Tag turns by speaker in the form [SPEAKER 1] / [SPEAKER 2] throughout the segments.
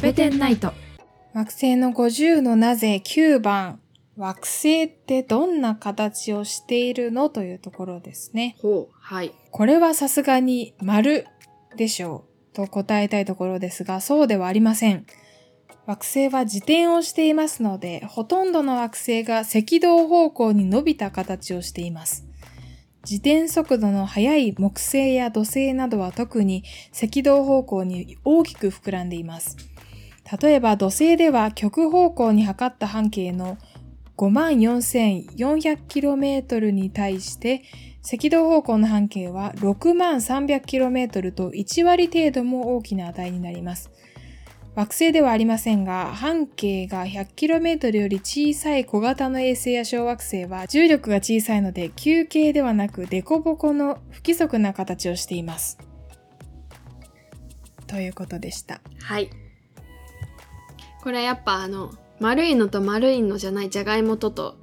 [SPEAKER 1] ペテンナイト。
[SPEAKER 2] 惑星の50のなぜ9番。惑星ってどんな形をしているのというところですね。
[SPEAKER 1] ほう、はい。
[SPEAKER 2] これはさすがに丸でしょうと答えたいところですが、そうではありません。惑星は自転をしていますので、ほとんどの惑星が赤道方向に伸びた形をしています。自転速度の速い木星や土星などは特に赤道方向に大きく膨らんでいます。例えば土星では極方向に測った半径の 54,400km に対して赤道方向の半径は 63,300km と1割程度も大きな値になります。惑星ではありませんが、半径が 100km より小さい小型の衛星や小惑星は重力が小さいので、球形ではなく凸凹の不規則な形をしています。ということでした。
[SPEAKER 1] はい。これやっぱあの、丸いのと丸いのじゃないじゃがいもとと、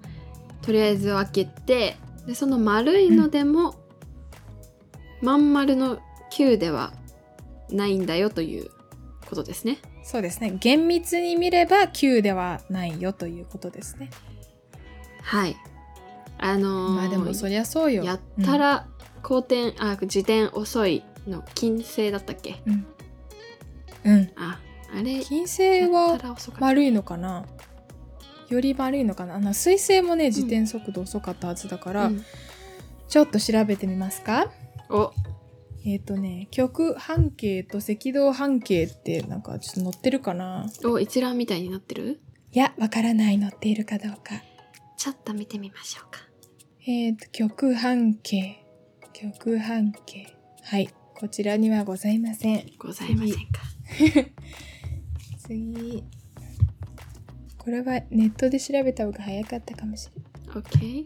[SPEAKER 1] とりあえず分けて、で、その丸いのでも、まん丸の9ではないんだよということですね。
[SPEAKER 2] そうですね。厳密に見れば9ではないよということですね。
[SPEAKER 1] はい。あのー
[SPEAKER 2] まあでもそりゃそうよ。
[SPEAKER 1] やったら、後転、あ、自転遅いの、金星だったっけ
[SPEAKER 2] うん。うん。
[SPEAKER 1] あ、あれ、
[SPEAKER 2] 金星
[SPEAKER 1] や
[SPEAKER 2] は
[SPEAKER 1] ったら遅かった
[SPEAKER 2] 丸いのかなより丸いのかなあの水星もね自転速度遅かったはずだから、
[SPEAKER 1] うん
[SPEAKER 2] ちょっと調べてみますか
[SPEAKER 1] お、
[SPEAKER 2] えっ、とね極半径と赤道半径ってなんかちょっと載ってるかな
[SPEAKER 1] お、一覧みたいになってる
[SPEAKER 2] いやわからない載っているかどうか
[SPEAKER 1] ちょっと見てみましょうか。
[SPEAKER 2] えっ、と極半径極半径はいこちらにはございません
[SPEAKER 1] ございませんか。
[SPEAKER 2] 次これはネットで調べた方が早かったかもしれない
[SPEAKER 1] OK。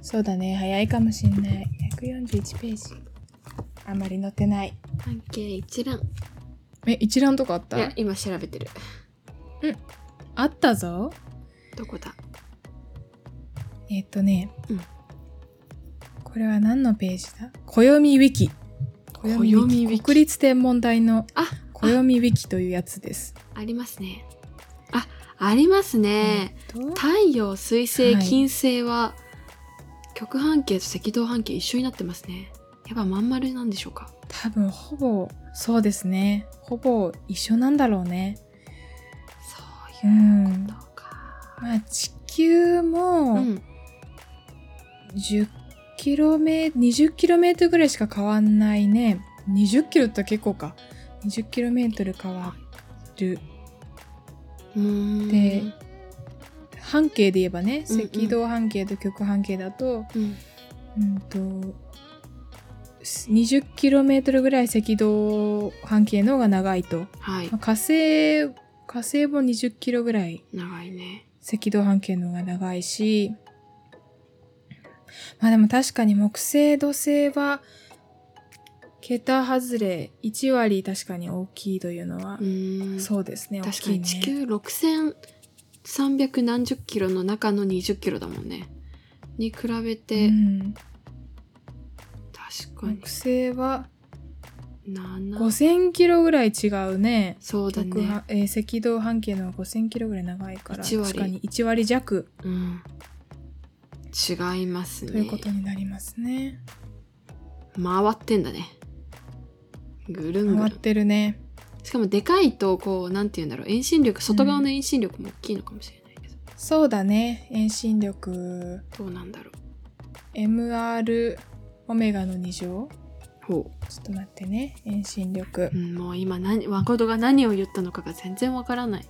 [SPEAKER 2] そうだね早いかもしんない141ページあまり載ってない
[SPEAKER 1] 半径一覧。
[SPEAKER 2] え一覧とかあっ
[SPEAKER 1] いや、今調べてる。
[SPEAKER 2] あったぞ
[SPEAKER 1] どこだ
[SPEAKER 2] えっとね、
[SPEAKER 1] うん
[SPEAKER 2] これは何のページだ暦ウィキ暦ウィ
[SPEAKER 1] 暦
[SPEAKER 2] キ
[SPEAKER 1] ウィキ
[SPEAKER 2] 国立天文台の
[SPEAKER 1] あ、
[SPEAKER 2] 暦ウィキというやつです
[SPEAKER 1] ありますね。あ、ありますね。
[SPEAKER 2] えっと
[SPEAKER 1] 太陽、水星、
[SPEAKER 2] はい
[SPEAKER 1] 金星は、極半径と赤道半径一緒になってますね。やっぱまん丸なんでしょうか。
[SPEAKER 2] 多分ほぼそうですねほぼ一緒なんだろうね
[SPEAKER 1] そう
[SPEAKER 2] う
[SPEAKER 1] いうんことか。
[SPEAKER 2] まあ地球も、
[SPEAKER 1] うん。
[SPEAKER 2] 10キロメ20キロメートルぐらいしか変わんないね20キロって結構か20キロメートル変わる
[SPEAKER 1] うーん
[SPEAKER 2] で半径で言えばね
[SPEAKER 1] うんうん
[SPEAKER 2] 赤道半径と極半径だと,、
[SPEAKER 1] うん。
[SPEAKER 2] うん、と20キロメートルぐらい赤道半径の方が長いと、
[SPEAKER 1] はい
[SPEAKER 2] まあ。火星火星も20キロぐらい
[SPEAKER 1] 長いね。
[SPEAKER 2] 赤道半径の方が長いしまあでも確かに木星土星は桁外れ1割確かに大きいというのは、
[SPEAKER 1] うーん。
[SPEAKER 2] そうですね
[SPEAKER 1] 確かに
[SPEAKER 2] 大きい
[SPEAKER 1] 地
[SPEAKER 2] ね
[SPEAKER 1] 球6300何十キロの中の20キロだもんね。に比べて、
[SPEAKER 2] うん
[SPEAKER 1] 確かに
[SPEAKER 2] 木星は
[SPEAKER 1] 7
[SPEAKER 2] 5000キロぐらい違うね
[SPEAKER 1] そうだ
[SPEAKER 2] 極
[SPEAKER 1] ね
[SPEAKER 2] は、えー赤道半径の方が5000キロぐらい長いから
[SPEAKER 1] 1割
[SPEAKER 2] 確かに1割弱
[SPEAKER 1] うん違います
[SPEAKER 2] という
[SPEAKER 1] ね
[SPEAKER 2] ことになりますね
[SPEAKER 1] 回ってんだねぐるんぐ
[SPEAKER 2] 回っ
[SPEAKER 1] るん
[SPEAKER 2] てるね
[SPEAKER 1] しかもでかいとこうなんて言うんだろう遠心力外側の遠心力も大きいのかもしれないけど、
[SPEAKER 2] そうだね遠心力
[SPEAKER 1] どうなんだろ
[SPEAKER 2] MR オメガの2乗
[SPEAKER 1] うほ
[SPEAKER 2] ちょっと待ってね遠心力
[SPEAKER 1] う、うん、もう今何誠が何を言ったのかが全然わからない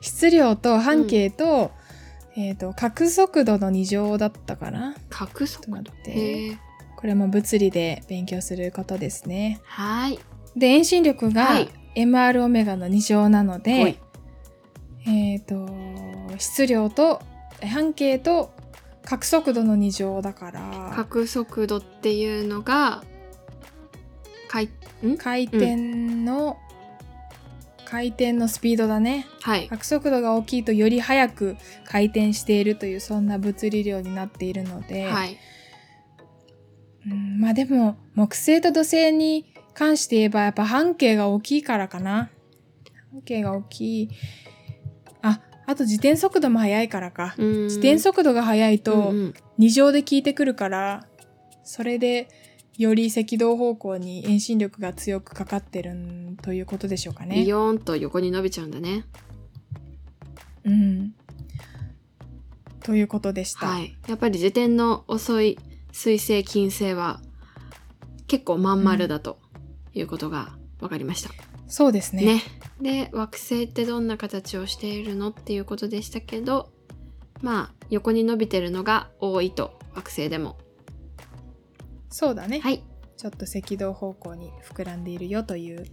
[SPEAKER 2] 質量と半径と、えっ、と角速度の2乗だったかな
[SPEAKER 1] 角
[SPEAKER 2] ちょっと
[SPEAKER 1] 速
[SPEAKER 2] 待
[SPEAKER 1] 度
[SPEAKER 2] っ
[SPEAKER 1] へ
[SPEAKER 2] て
[SPEAKER 1] え
[SPEAKER 2] これも物理で勉強することですね
[SPEAKER 1] はーい
[SPEAKER 2] で遠心力
[SPEAKER 1] は
[SPEAKER 2] が
[SPEAKER 1] い
[SPEAKER 2] MR オメガの2乗なの
[SPEAKER 1] ほ
[SPEAKER 2] で
[SPEAKER 1] い、
[SPEAKER 2] えっ、と質量と半径と角速度の2乗だから
[SPEAKER 1] 角速度っていうのが回ん
[SPEAKER 2] 回転の、回転のスピードだね
[SPEAKER 1] はい
[SPEAKER 2] 角速度が大きいとより早く回転しているというそんな物理量になっているので、
[SPEAKER 1] はい
[SPEAKER 2] うんまあでも木星と土星に関して言えばやっぱ半径が大きいからかな。半径が大きい。あ、あと自転速度も速いからか。
[SPEAKER 1] 自
[SPEAKER 2] 自転速度が速いと
[SPEAKER 1] うんうん
[SPEAKER 2] 二乗で効いてくるから、それでより赤道方向に遠心力が強くかかってるんということでしょうかね
[SPEAKER 1] ビ。ヨーンと横に伸びちゃうんだね。
[SPEAKER 2] うん。ということでした。
[SPEAKER 1] はい。やっぱり自転の遅い水星金星は結構まん丸だということが分かりました。
[SPEAKER 2] そうですね。
[SPEAKER 1] ね。で惑星ってどんな形をしているのっていうことでしたけどまあ横に伸びてるのが多いと惑星でも。
[SPEAKER 2] そうだね。
[SPEAKER 1] はい。
[SPEAKER 2] ちょっと赤道方向に膨らんでいるよという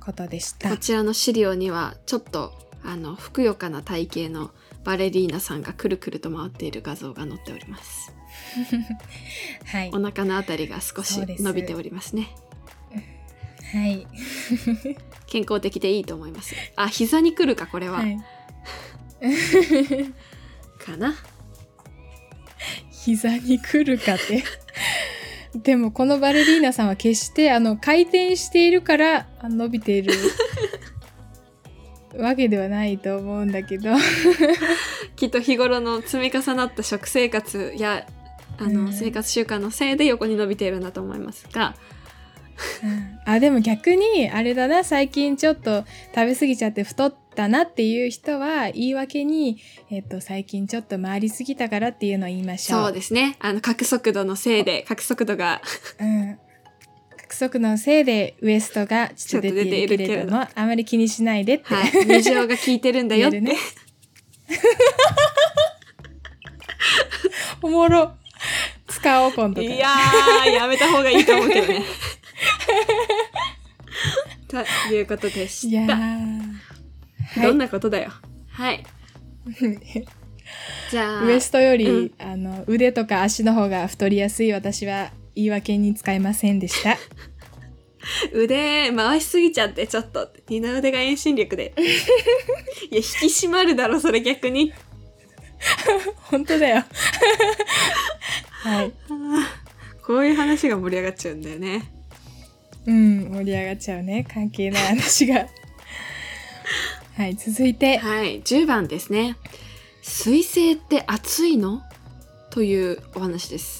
[SPEAKER 2] ことでした
[SPEAKER 1] こ。ちらの資料にはちょっとあのふくよかな体型のバレリーナさんがくるくると回っている画像が載っております。
[SPEAKER 2] はい
[SPEAKER 1] お。腹のあたりが少し
[SPEAKER 2] そうです
[SPEAKER 1] 伸びておりますね。
[SPEAKER 2] はい。
[SPEAKER 1] 健康的でいいと思います。あ、膝に来るか、これは。
[SPEAKER 2] はい。
[SPEAKER 1] かな。
[SPEAKER 2] 膝に来るかって。でもこのバレリーナさんは決してあの回転しているからあ伸び ているわけではないと思うんだけど
[SPEAKER 1] きっと日頃の積み重なった食生活や、あの、
[SPEAKER 2] うん
[SPEAKER 1] 生活習慣のせいで横に伸びているんだと思いますが、
[SPEAKER 2] あでも逆にあれだな最近ちょっと食べ過ぎちゃって太ったなっていう人は言い訳に、えっと、最近ちょっと回り過ぎたからっていうのを言いましょう。
[SPEAKER 1] そうですね。あの、角速度のせいで、角速度が、
[SPEAKER 2] うん。角速のせいでウエストがちょっと出ているけれどもあまり気にしないでって、
[SPEAKER 1] はい、 二乗が効いてるんだよって。
[SPEAKER 2] 言えるね おもろ使おう今度
[SPEAKER 1] い
[SPEAKER 2] から
[SPEAKER 1] やー、やめた方がいいと思うけどね。 ということで
[SPEAKER 2] い
[SPEAKER 1] し
[SPEAKER 2] や
[SPEAKER 1] た。
[SPEAKER 2] ー
[SPEAKER 1] どん
[SPEAKER 2] は
[SPEAKER 1] なことだよ。はい。
[SPEAKER 2] い、
[SPEAKER 1] じゃあ、
[SPEAKER 2] ウエストより、
[SPEAKER 1] うん
[SPEAKER 2] あの腕とか足の方が太りやすい私は言い訳に使いませんで した
[SPEAKER 1] 腕回しすぎちゃってちょっと二の腕が遠心力 でいや引き締まるだろそれ逆に
[SPEAKER 2] 本当だよ はい
[SPEAKER 1] こういう話が盛り上がっちゃうんだよね
[SPEAKER 2] うん盛り上がっちゃうね関係ない話がはい続いて
[SPEAKER 1] はい10番ですね「水星って熱いの?」というお話です、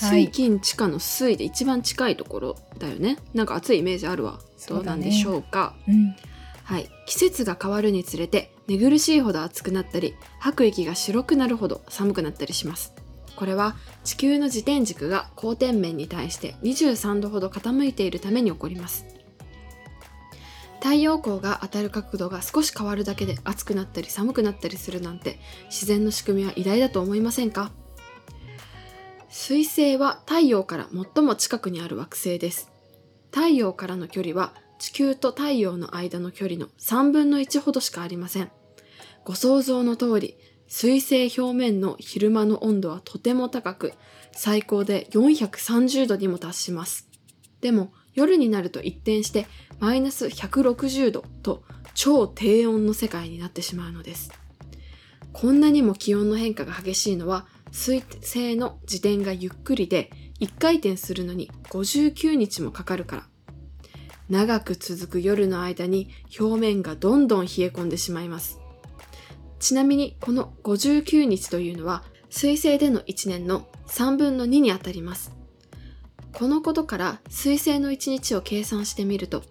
[SPEAKER 2] はい
[SPEAKER 1] 水金地下の水で一番近いところだよねなんか熱いイメージあるわど
[SPEAKER 2] そうう
[SPEAKER 1] な
[SPEAKER 2] だね
[SPEAKER 1] んでしょうか
[SPEAKER 2] うん
[SPEAKER 1] はい、季節が変わるにつれて寝苦しいほど暑くなったり吐く息が白くなるほど寒くなったりしますこれは地球の自転軸が公転面に対して23度ほど傾いているために起こります太陽光が当たる角度が少し変わるだけで暑くなったり寒くなったりするなんて自然の仕組みは偉大だと思いませんか水星は太陽から最も近くにある惑星です太陽からの距離は地球と太陽の間の距離の3分の1ほどしかありませんご想像の通り水星表面の昼間の温度はとても高く最高で430度にも達しますでも夜になると一転してマイナス160度と超低温の世界になってしまうのですこんなにも気温の変化が激しいのは水星の自転がゆっくりで1回転するのに59日もかかるから長く続く夜の間に表面がどんどん冷え込んでしまいますちなみにこの59日というのは水星での1年の3分の2にあたりますこのことから水星の1日を計算してみると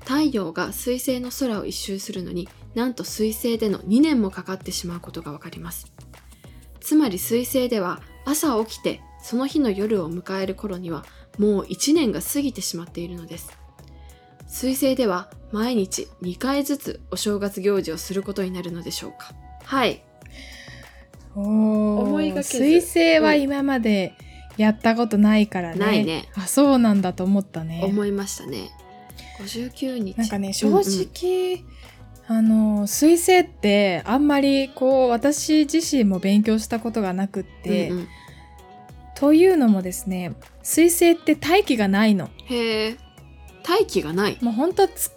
[SPEAKER 1] 太陽が水星の空を一周するのになんと水星での2年もかかってしまうことがわかりますつまり水星では朝起きてその日の夜を迎える頃にはもう1年が過ぎてしまっているのです水星では毎日2回ずつお正月行事をすることになるのでしょうかはい思
[SPEAKER 2] 思
[SPEAKER 1] いがけず
[SPEAKER 2] 水星は今までやったことないからね、
[SPEAKER 1] ないね
[SPEAKER 2] あそうなんだと思ったね
[SPEAKER 1] 思いましたね59日
[SPEAKER 2] なんかね正
[SPEAKER 1] うんうん
[SPEAKER 2] 直、あの水星ってあんまりこう私自身も勉強したことがなくって、
[SPEAKER 1] うんうん
[SPEAKER 2] というのもですね水星って大気がないの
[SPEAKER 1] へえ大気がない、
[SPEAKER 2] もうほんとつ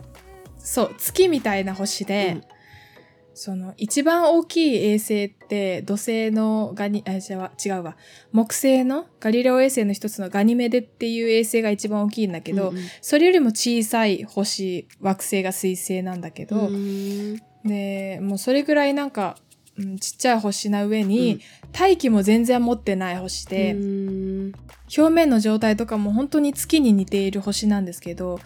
[SPEAKER 2] そう月みたいな星で、
[SPEAKER 1] うん
[SPEAKER 2] その一番大きい衛星って土星のガニ、あ、違う違うわ。木星のガリレオ衛星の一つのガニメデっていう衛星が一番大きいんだけど、
[SPEAKER 1] うんうん
[SPEAKER 2] それよりも小さい星、惑星が水星なんだけど、
[SPEAKER 1] うーん
[SPEAKER 2] で、もうそれぐらいなんか、うんちっちゃい星な上に、大気も全然持ってない星で、
[SPEAKER 1] うーん
[SPEAKER 2] 表面の状態とかも本当に月に似ている星なんですけど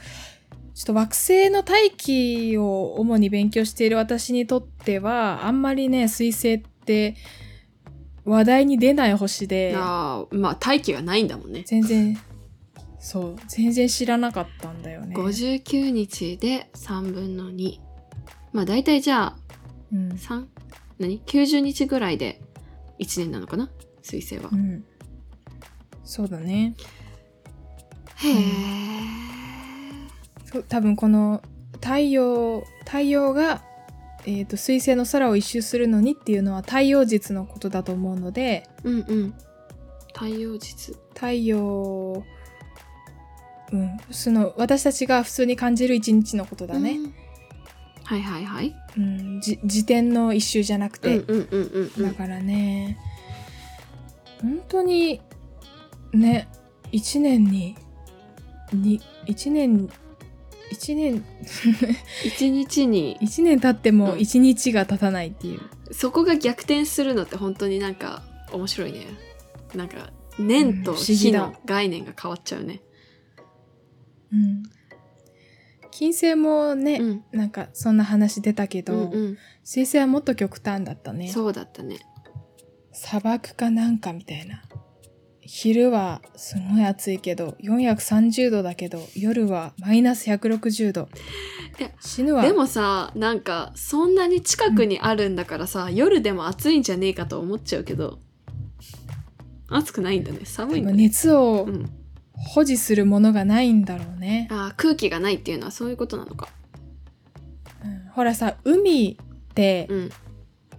[SPEAKER 2] ちょっと惑星の大気を主に勉強している私にとってはあんまりね彗星って話題に出ない星で
[SPEAKER 1] あーまあ大気がないんだもんね
[SPEAKER 2] 全然そう全然知らなかったんだよね。
[SPEAKER 1] 59日で3分の2まあ大体じゃあ
[SPEAKER 2] うん
[SPEAKER 1] 3何90日ぐらいで1年なのかな彗星は、
[SPEAKER 2] うん、そうだね
[SPEAKER 1] へえ、
[SPEAKER 2] そう多分この太陽太陽が、えー、と彗星の空を一周するのにっていうのは太陽日のことだと思うので
[SPEAKER 1] うんうん太陽実
[SPEAKER 2] 太陽うんその私たちが普通に感じる一日のことだね、
[SPEAKER 1] うんはいはいはい
[SPEAKER 2] うんじ時点の一周じゃなく
[SPEAKER 1] うん
[SPEAKER 2] て、
[SPEAKER 1] うんうんうんう
[SPEAKER 2] だ
[SPEAKER 1] ん
[SPEAKER 2] からね本当にね1年にに1年1年
[SPEAKER 1] 一日に
[SPEAKER 2] 1年経って
[SPEAKER 1] う
[SPEAKER 2] も
[SPEAKER 1] ん
[SPEAKER 2] 1日が経たないっていう、
[SPEAKER 1] そこが逆転するのって本当になんか面白いねなんか年と
[SPEAKER 2] うん不思議
[SPEAKER 1] 日
[SPEAKER 2] だ
[SPEAKER 1] の概念が変わっちゃうね、
[SPEAKER 2] うん金星もね、
[SPEAKER 1] うん
[SPEAKER 2] なんかそんな話出たけ
[SPEAKER 1] う
[SPEAKER 2] ど、
[SPEAKER 1] んうん
[SPEAKER 2] 水星はもっと極端だったね
[SPEAKER 1] そうだったね
[SPEAKER 2] 砂漠かなんかみたいな昼はすごい暑いけど430度だけど夜はマイナス160度
[SPEAKER 1] いや
[SPEAKER 2] 死ぬわ
[SPEAKER 1] でもさなんかそんなに近くにあるんだからさ、夜でも暑いんじゃねえかと思っちゃうけど暑くないんだね寒いんだね、
[SPEAKER 2] 熱を
[SPEAKER 1] うん、
[SPEAKER 2] 保持するものがないんだろうね、
[SPEAKER 1] あー空気がないっていうのはそういうことなのか
[SPEAKER 2] うんほらさ海って
[SPEAKER 1] う、ん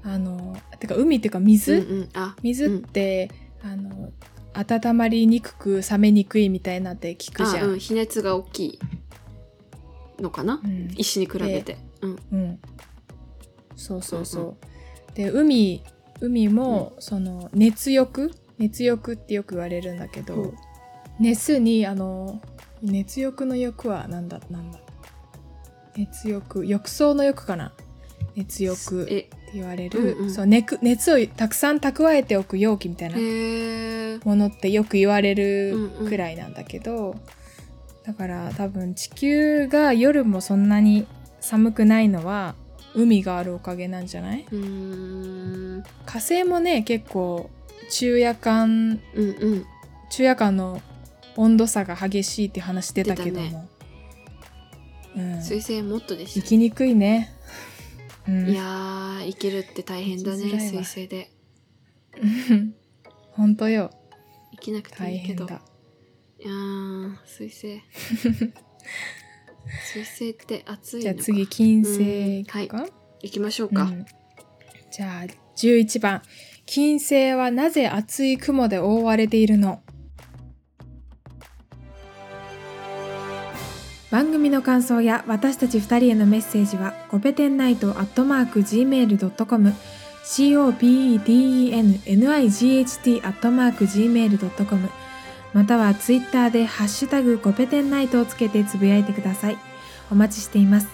[SPEAKER 2] あのてか海っていうか水、
[SPEAKER 1] うんうんあ
[SPEAKER 2] 水って、あの温まりにくく冷めにくいみたいなって聞くじ
[SPEAKER 1] あ
[SPEAKER 2] ゃん、
[SPEAKER 1] うん比熱が大きいのかな、
[SPEAKER 2] うん
[SPEAKER 1] 石に比べて、うん
[SPEAKER 2] うん、そうそうそう。で海海も、その熱浴熱浴ってよく言われるんだけど、
[SPEAKER 1] うん
[SPEAKER 2] 熱にあの熱浴の浴はなんだなんだ熱浴浴槽の浴かな熱浴って
[SPEAKER 1] え
[SPEAKER 2] 言われる、
[SPEAKER 1] うんうん
[SPEAKER 2] そう熱熱をたくさん蓄えておく容器みたいな
[SPEAKER 1] へえ
[SPEAKER 2] ものってよく言われ
[SPEAKER 1] うん
[SPEAKER 2] る
[SPEAKER 1] うん
[SPEAKER 2] くらいなんだけど、だから多分地球が夜もそんなに寒くないのは海があるおかげなんじゃないう
[SPEAKER 1] ーん
[SPEAKER 2] 火星もね結構昼夜間
[SPEAKER 1] うんうん
[SPEAKER 2] 昼夜間の温度差が激しいって話出たけども、うん
[SPEAKER 1] 水星もっとでし
[SPEAKER 2] 生
[SPEAKER 1] た、
[SPEAKER 2] きにくいね、うん
[SPEAKER 1] いやー生きるって大変だね
[SPEAKER 2] 生きづらいわ
[SPEAKER 1] 水星で
[SPEAKER 2] 本当よ
[SPEAKER 1] 生きなくて
[SPEAKER 2] 大
[SPEAKER 1] いいけ
[SPEAKER 2] 変
[SPEAKER 1] ど
[SPEAKER 2] だ
[SPEAKER 1] いやー、水星。水星って暑いのか。
[SPEAKER 2] じゃあ次金星
[SPEAKER 1] うんはい
[SPEAKER 2] 行くか、
[SPEAKER 1] 行きましょうか。
[SPEAKER 2] うんじゃあ11番金星はなぜ厚い雲で覆われているの番組の感想や私たち2人へのメッセージはコペテンナイトアットマーク Gmail.com copennight アットマーク Gmail.com またはツイッターでハッシュタグコペテンナイトをつけてつぶやいてくださいお待ちしています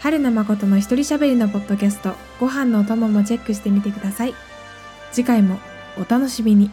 [SPEAKER 2] 春名誠の一人喋りのポッドキャストご飯のお供もチェックしてみてください次回もお楽しみに